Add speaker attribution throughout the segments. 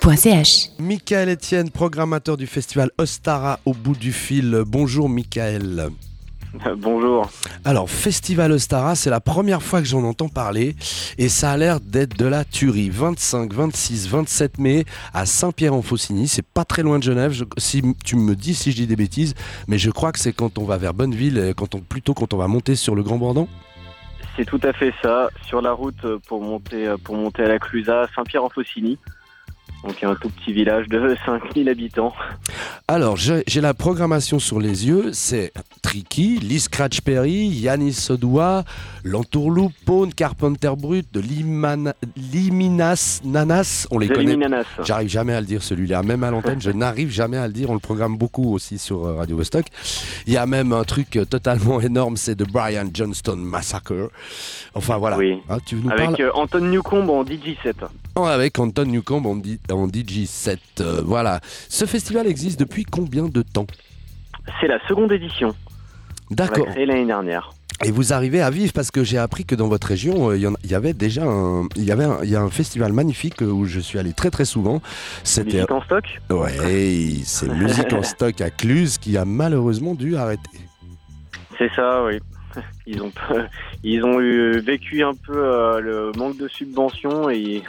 Speaker 1: radiovostok.ch.
Speaker 2: Michael Etienne, programmateur du festival Ostara au bout du fil. Bonjour Michael.
Speaker 3: Bonjour.
Speaker 2: Alors, Festival Ostara, c'est la première fois que j'en entends parler et ça a l'air d'être de la tuerie. 25, 26, 27 mai à Saint-Pierre-en-Faucigny, c'est pas très loin de Genève. Je- si tu me dis si je dis des bêtises, mais je crois que c'est quand on va vers Bonneville, euh, quand on, plutôt quand on va monter sur le Grand Bordan.
Speaker 3: C'est tout à fait ça. Sur la route euh, pour monter, euh, pour monter à la Clusa, Saint-Pierre-en-Faucigny. Donc un tout petit village de 5000 habitants.
Speaker 2: Alors, j'ai j'ai la programmation sur les yeux, c'est Tricky, Lee Scratch Perry, Yannis Sodoua, L'Entourloupe, Paune, Carpenter Brut, de Liman- Liminas, Nanas, on les
Speaker 3: De
Speaker 2: connaît.
Speaker 3: l'Inanas.
Speaker 2: J'arrive jamais à le dire celui-là, même à l'antenne, je n'arrive jamais à le dire. On le programme beaucoup aussi sur euh, Radio Vostok. Il y a même un truc euh, totalement énorme, c'est de Brian Johnston Massacre. Enfin voilà.
Speaker 3: Oui.
Speaker 2: Hein, tu nous parles
Speaker 3: Avec euh, Anton Newcombe en DJ7.
Speaker 2: Oh, avec Anton Newcomb en, di- en DJ7. euh, voilà. Ce festival existe depuis combien de temps
Speaker 3: C'est la seconde édition. On l'a
Speaker 2: D'accord.
Speaker 3: créée l'année dernière.
Speaker 2: Et vous arrivez à vivre parce que j'ai appris que dans votre région, euh, il y, en- il y avait déjà un, il y avait un, il y a un festival magnifique euh, où je suis allé très très souvent. C'était
Speaker 3: Musique en stock
Speaker 2: ouais, c'est musique en stock à Cluse qui a malheureusement dû arrêter.
Speaker 3: C'est ça, oui. Ils ont, ils ont eu, vécu un peu euh, le manque de subventions et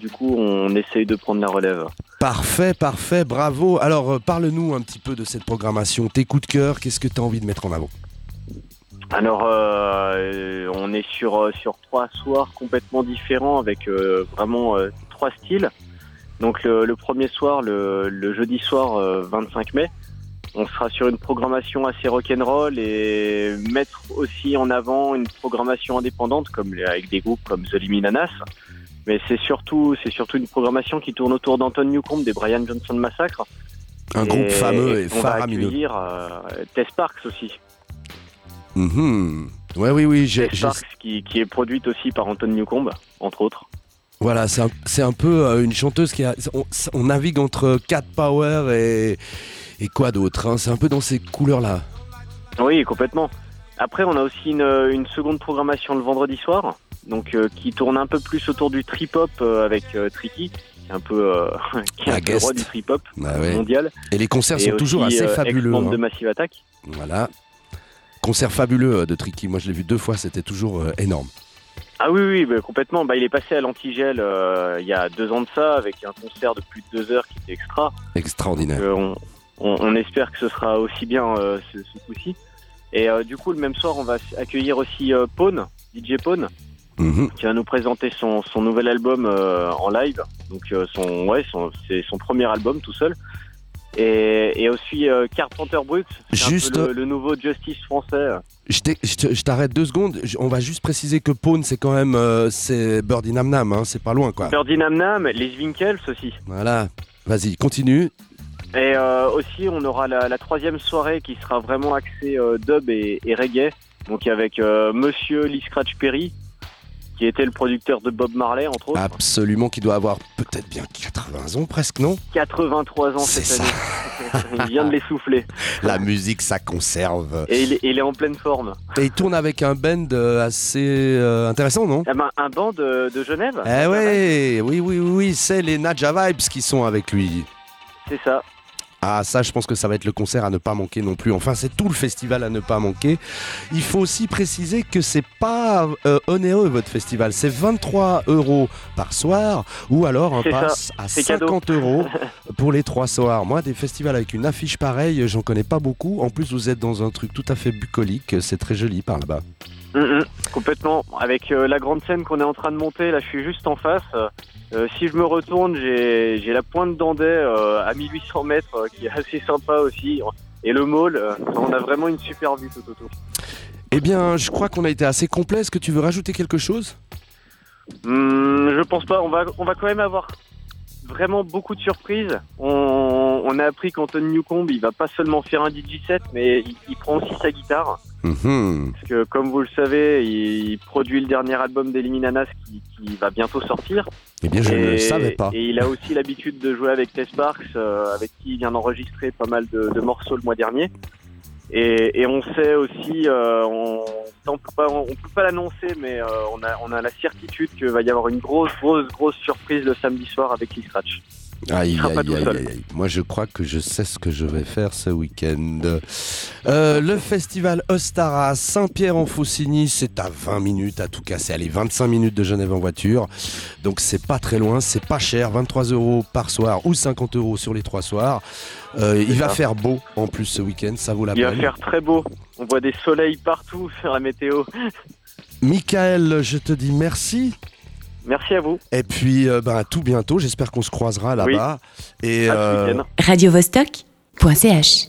Speaker 3: du coup on essaye de prendre la relève.
Speaker 2: Parfait, parfait, bravo. Alors euh, parle-nous un petit peu de cette programmation, tes coups de cœur, qu'est-ce que tu as envie de mettre en avant
Speaker 3: Alors, euh, on est sur, euh, sur trois soirs complètement différents avec euh, vraiment euh, trois styles. Donc, le, le premier soir, le, le jeudi soir euh, 25 mai, on sera sur une programmation assez rock'n'roll et mettre aussi en avant une programmation indépendante comme les- avec des groupes comme The Liminanas. Mais c'est surtout, c'est surtout une programmation qui tourne autour d'Anton Newcombe, des Brian Johnson Massacre.
Speaker 2: Un groupe fameux et
Speaker 3: on va
Speaker 2: faramineux.
Speaker 3: accueillir euh, Tess Parks aussi.
Speaker 2: Mhm. Ouais, oui, oui, j'ai- j'ai-
Speaker 3: Sparks, qui, qui est produite aussi par Anton Newcombe, entre autres.
Speaker 2: voilà, c'est un, c'est un peu euh, une chanteuse qui a, on, on navigue entre Cat Power et, et quoi d'autre. hein. C'est un peu dans ces couleurs-là.
Speaker 3: Oui, complètement. Après, on a aussi une, une seconde programmation le vendredi soir, donc euh, qui tourne un peu plus autour du trip-hop euh, avec euh, Tricky, qui est un peu, euh, qui est
Speaker 2: La
Speaker 3: un peu le roi
Speaker 2: guest.
Speaker 3: du trip-hop
Speaker 2: Ah ouais.
Speaker 3: mondial.
Speaker 2: Et les concerts
Speaker 3: Et
Speaker 2: sont
Speaker 3: aussi,
Speaker 2: toujours assez
Speaker 3: euh,
Speaker 2: fabuleux.
Speaker 3: ex-membre de
Speaker 2: hein.
Speaker 3: Massive Attack.
Speaker 2: Voilà. Concert fabuleux euh, de Tricky. Moi, je l'ai vu deux fois, c'était toujours euh, énorme.
Speaker 3: Ah oui, oui, bah, complètement. Bah, il est passé à l'antigel euh, il y a deux ans de ça, avec un concert de plus de deux heures qui était extra.
Speaker 2: Extraordinaire.
Speaker 3: Euh, on, on- on espère que ce sera aussi bien euh, ce, ce coup-ci. Et euh, du coup, le même soir, on va accueillir aussi euh, Pawn, DJ Pawn,
Speaker 2: Mhm.
Speaker 3: qui va nous présenter son, son nouvel album euh, en live. Donc, euh, son, ouais, son- c'est son premier album tout seul. Et, et aussi euh, Carpenter Brut, c'est un peu
Speaker 2: Juste-
Speaker 3: le, le nouveau Justice français.
Speaker 2: Je t'ai- je te- je t'arrête deux secondes. Je- On va juste préciser que Pawn, c'est quand même euh, c'est Birdie Nam Nam, hein, c'est pas loin quoi.
Speaker 3: Birdie Nam Nam, Les Winkels aussi.
Speaker 2: Voilà. Vas-y, continue.
Speaker 3: Et euh, aussi, on aura la, la troisième soirée qui sera vraiment axée euh, dub et, et reggae. Donc avec euh, Monsieur Lee Scratch Perry, qui était le producteur de Bob Marley, entre
Speaker 2: Ah.
Speaker 3: autres.
Speaker 2: Absolument, qui doit avoir peut-être bien 80 ans presque, non
Speaker 3: 83 ans cette
Speaker 2: C'est
Speaker 3: année. il vient de les souffler.
Speaker 2: La musique, ça conserve.
Speaker 3: Et il, est- il est en pleine forme.
Speaker 2: Et il tourne avec un band euh, assez euh, intéressant, non
Speaker 3: Ah ben, un banc de, de Genève
Speaker 2: Eh ouais, oui, oui, oui, oui, c'est les Naja Vibes qui sont avec lui.
Speaker 3: C'est ça.
Speaker 2: Ah ça, je pense que ça va être le concert à ne pas manquer non plus. Enfin, c'est tout le festival à ne pas manquer. Il faut aussi préciser que c'est pas euh, onéreux votre festival. C'est 23 euros par soir ou alors un
Speaker 3: C'est ça,
Speaker 2: pass à
Speaker 3: c'est cadeau.
Speaker 2: 50 euros pour les trois soirs. Moi, des festivals avec une affiche pareille, j'en connais pas beaucoup. En plus, vous êtes dans un truc tout à fait bucolique. C'est très joli par là-bas.
Speaker 3: Mm, mm, complètement. Avec euh, la grande scène qu'on est en train de monter, là je suis juste en face. Euh, si je me retourne, j'ai j'ai la pointe d'Andais euh, à 1800 mètres euh, qui est assez sympa aussi. Et le mall, euh, on a vraiment une super vue tout autour.
Speaker 2: Eh bien, je crois qu'on a été assez complet. Est-ce que tu veux rajouter quelque chose
Speaker 3: Mm, je pense pas, on va, on va quand même avoir vraiment beaucoup de surprises. On, on a appris qu'Anton Newcombe, il va pas seulement faire un DJ set, mais il- il prend aussi sa guitare.
Speaker 2: Mhm.
Speaker 3: Parce que, comme vous le savez, il produit le dernier album d'Eliminanas qui, qui va bientôt sortir.
Speaker 2: Eh bien, je ne le savais pas.
Speaker 3: Et il a aussi l'habitude de jouer avec Tess Parks, euh, avec qui il vient d'enregistrer pas mal de, de morceaux le mois dernier. Et, et on sait aussi, euh, on, on peut pas, on peut pas l'annoncer, mais euh, on, a, on a la certitude qu'il va y avoir une grosse, grosse, grosse surprise le samedi soir avec l'e-scratch.
Speaker 2: Aïe,
Speaker 3: sera
Speaker 2: aïe,
Speaker 3: pas tout
Speaker 2: aïe,
Speaker 3: seul.
Speaker 2: aïe, aïe. Moi, je crois que je sais ce que je vais faire ce week-end. Euh, le festival Ostara à Saint-Pierre-en-Faucigny, c'est à 20 minutes, à tout cas, c'est allez, 25 minutes de Genève en voiture. Donc, c'est pas très loin, c'est pas cher, 23 euros par soir ou 50 euros sur les trois soirs. Euh, il va
Speaker 3: ça.
Speaker 2: faire beau en plus ce week-end, ça vaut la
Speaker 3: Il va
Speaker 2: peine.
Speaker 3: faire très beau. On voit des soleils partout sur la météo.
Speaker 2: Michael, je te dis merci.
Speaker 3: Merci à vous.
Speaker 2: Et puis, euh, ben, à tout bientôt. J'espère qu'on se croisera là-bas. Et
Speaker 3: À ce
Speaker 2: euh,
Speaker 3: week-end.
Speaker 1: radiovostok.ch